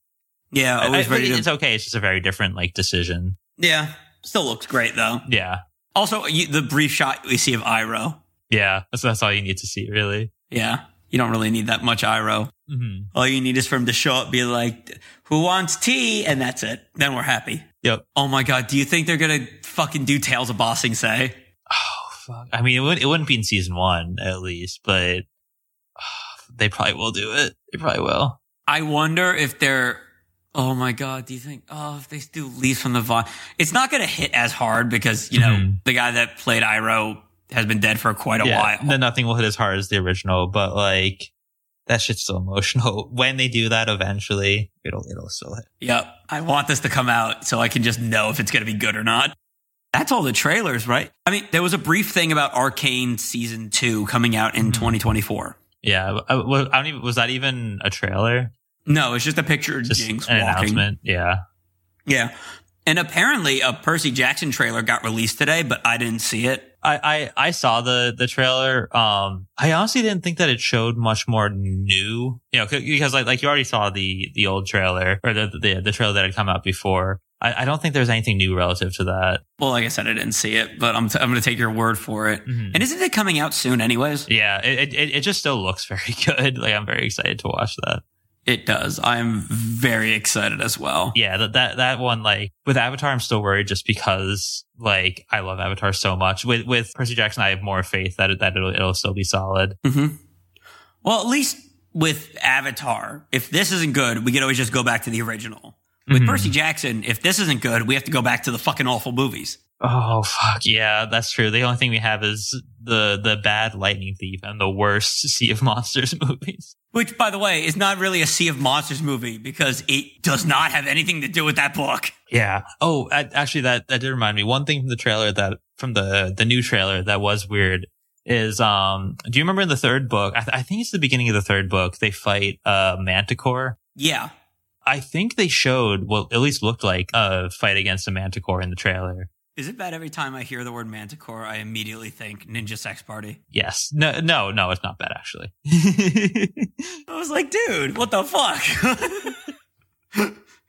yeah, I- I always think ready It's to. okay. It's just a very different like decision. Yeah, still looks great though. Yeah, Also, you, the brief shot we see of Iroh. yeah. That's that's all you need to see, really. Yeah, you don't really need that much Iroh. hmm All you need is for him to show up, be like, who wants tea? And that's it. Then we're happy. Yep. Oh my God. Do you think they're going to fucking do Tales of Bossing Say? Oh fuck. I mean, it would it wouldn't be in season one at least, but they probably will do it. They probably will. I wonder if they're, oh my God. Do you think, oh, if they do Leaves from the Vine, it's not going to hit as hard because, you know, Mhm. the guy that played Iroh has been dead for quite a while. Then nothing will hit as hard as the original, but like that shit's so emotional. When they do that eventually, it'll it'll still hit. Yep. I want this to come out so I can just know if it's going to be good or not. That's all the trailers, right? I mean, there was a brief thing about Arcane season two coming out in Mhm. 2024. Yeah, I, well, I don't even. Was that even a trailer? No, it's just a picture of Just Jinx an walking. announcement. Yeah, Yeah. And apparently a Percy Jackson trailer got released today, but I didn't see it. I, I I saw the the trailer. Um, I honestly didn't think that it showed much more new. You know, c- because like like you already saw the the old trailer or the the, the trailer that had come out before. I, I don't think there's anything new relative to that. Well, like I said, I didn't see it, but I'm, t- I'm going to take your word for it. Mhm. And isn't it coming out soon anyways? yeah, it, it it just still looks very good. Like I'm very excited to watch that. It does. I'm very excited as well. yeah that, that that one like with avatar i'm still worried just because like i love avatar so much with with percy jackson i have more faith that it, that it'll, it'll still be solid hmm Well, at least with Avatar, if this isn't good, we could always just go back to the original. With Mhm. Percy Jackson, if this isn't good, we have to go back to the fucking awful movies. Oh fuck yeah, that's true. The only thing we have is the the bad lightning thief and the worst Sea of Monsters movies. Which, by the way, is not really a Sea of Monsters movie because it does not have anything to do with that book. Yeah. Oh, a- actually, that that did remind me. One thing from the trailer that from the the new trailer that was weird is um. Do you remember in the third book? I, th- I think it's the beginning of the third book. They fight uh Manticore. Yeah. I think they showed what at least looked like a fight against a Manticore in the trailer. Is it bad every time I hear the word manticore, I immediately think ninja sex party? Yes. No. No. No. It's not bad actually. I was like, dude, what the fuck?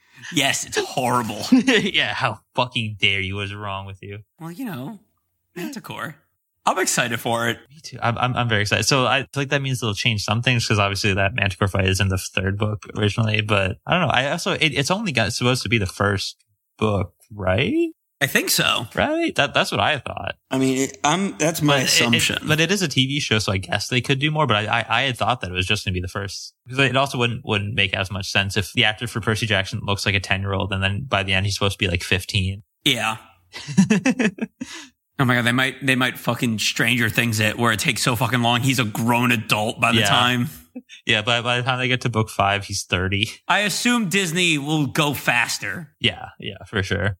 yes, it's horrible. yeah. How fucking dare you? What's wrong with you? Well, you know, manticore. I'm excited for it. Me too. I'm, I'm, I'm very excited. So I feel like that means they'll change some things because obviously that Manticore fight is in the third book originally, but I don't know. I also, it, it's only got, supposed to be the first book, right? I think so. Right? That, that's what I thought. I mean, it, I'm, that's But it- it- but it is a TV show, so I guess they could do more, but I, I, I had thought that it was just going to be the first because it also wouldn't, wouldn't make as much sense if the actor for Percy Jackson looks like a 10 year old and then by the end he's supposed to be like 15. yeah. Oh my god, they might they might fucking Stranger Things it where it takes so fucking long. He's a grown adult by the Yeah. time. yeah. By, by the time they get to book five, he's 30. I assume Disney will go faster. Yeah. Yeah, for sure.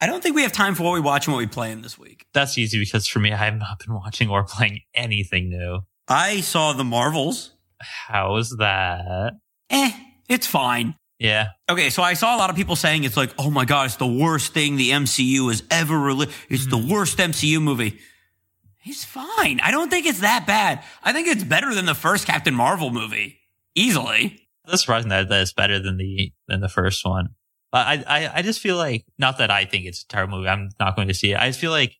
I don't think we have time for what we watch and what we play in this week. that's easy because for me, I have not been watching or playing anything new. I saw the Marvels. How's that? Eh, it's fine. Yeah. Okay, so I saw a lot of people saying it's like, oh my god, it's the worst thing the MCU has ever released. It's the worst MCU movie. He's fine. I don't think it's that bad. I think it's better than the first Captain Marvel movie. Easily. That's surprising that that it's better than the than the first one. I, I I just feel like not that I think it's a terrible movie. I'm not going to see it. I just feel like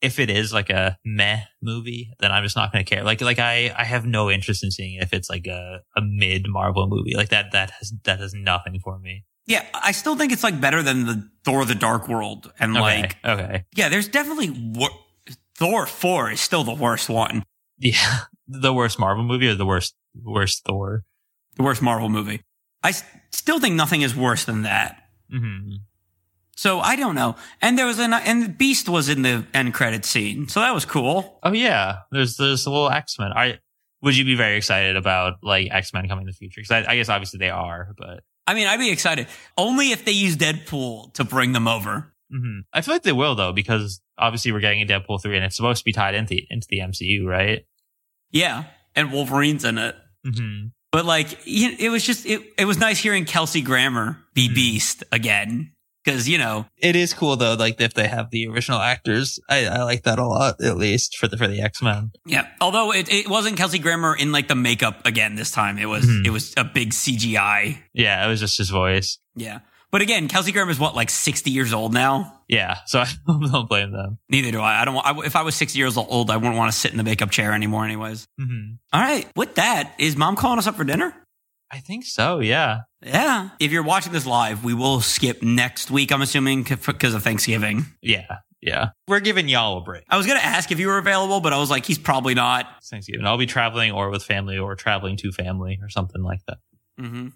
if it is like a meh movie, then I'm just not going to care. Like like I I have no interest in seeing if it's like a, a mid Marvel movie like that. That has that has nothing for me. Yeah, I still think it's like better than the Thor: The Dark World, and Okay. like okay. yeah, there's definitely wor- Thor Four is still the worst one, Yeah. The worst Marvel movie or the worst worst Thor. the worst Marvel movie. I s- still think nothing is worse than that. hmm So I don't know. And there was an and Beast was in the end credit scene, so that was cool. Oh yeah, there's there's a little X Men. I would you be very excited about like X Men coming in the future? Because I, I guess obviously they are, but I mean, I'd be excited only if they use Deadpool to bring them over. hmm I feel like they will though because obviously we're getting a Deadpool three and it's supposed to be tied into the, into the MCU, right? Yeah, and Wolverine's in it. Mm-hmm. But like, you- it was just it. It was nice hearing Kelsey Grammer be Hmm. Beast again because you know It is cool though, like if they have the original actors, I, I like that a lot at least for the for the X Men. Yeah, although it, it wasn't Kelsey Grammer in like the makeup again this time. It was Mhm. it was a big CGI. Yeah, it was just his voice. Yeah, but again, Kelsey Grammer's what like sixty years old now. Yeah, so I don't blame them. Neither do I. I don't. Want, I, if I was sixty years old, I wouldn't want to sit in the makeup chair anymore. Anyways, hmm all right. With that, is mom calling us up for dinner? I think so. Yeah. Yeah. If you're watching this live, we will skip next week. I'm assuming because of Thanksgiving. Yeah. Yeah. We're giving y'all a break. I was gonna ask if you were available, but I was like, he's probably not. It's Thanksgiving. I'll be traveling or with family or traveling to family or something like that. Mm-hmm.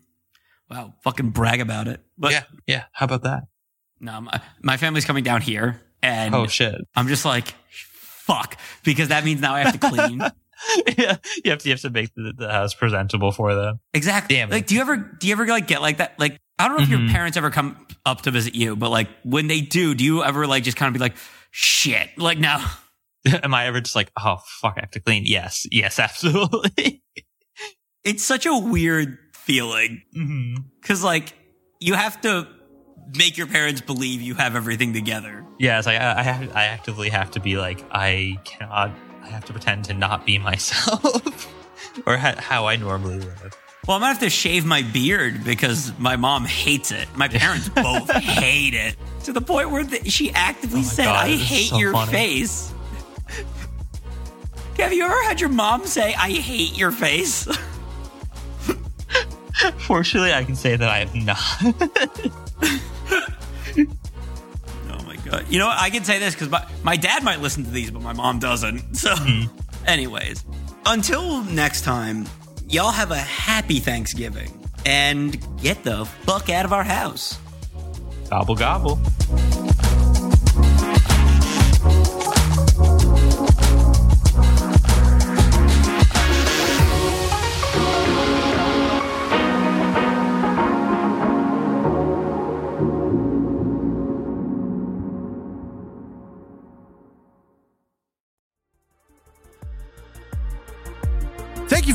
Wow, fucking brag about it. But yeah, yeah. How about that? no, my, my family's coming down here, and oh shit! I'm just like, fuck, because that means now I have to clean. yeah, you have to you have to make the, the house presentable for them. exactly. Damn it. Like, do you ever do you ever like get like that? Like, I don't know if your Mhm. parents ever come up to visit you, but like when they do, do you ever like just kind of be like, shit, like no, Am I ever just like, oh fuck, I have to clean? Yes, yes, absolutely. it's such a weird feeling hmm because like you have to make your parents believe you have everything together. Yeah, it's like I, I, have, I actively have to be like, I cannot. I have to pretend to not be myself, or ha- how I normally live. Well, I'm gonna have to shave my beard because my mom hates it. My parents both hate it to the point where th- she actively Oh my said, God, "I this is hate so your funny. face." Have you ever had your mom say, "I hate your face"? Fortunately, I can say that I have not. Oh my god! You know what? I can say this because my my dad might listen to these, but my mom doesn't. So, Hmm. anyways, until next time, y'all have a happy Thanksgiving and get the fuck out of our house. Gobble gobble. Thank you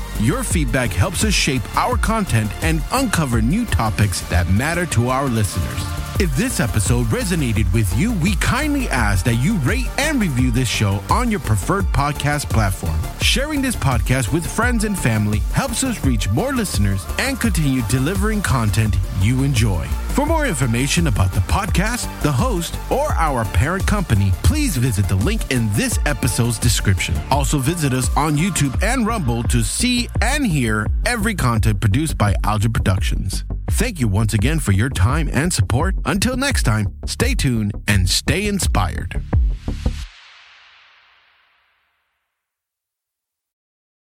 Your feedback helps us shape our content and uncover new topics that matter to our listeners. If this episode resonated with you, we kindly ask that you rate and review this show on your preferred podcast platform. Sharing this podcast with friends and family helps us reach more listeners and continue delivering content you enjoy. For more information about the podcast, the host, or our parent company, please visit the link in this episode's description. Also, visit us on YouTube and Rumble to see and hear every content produced by Alger Productions. Thank you once again for your time and support. Until next time, stay tuned and stay inspired.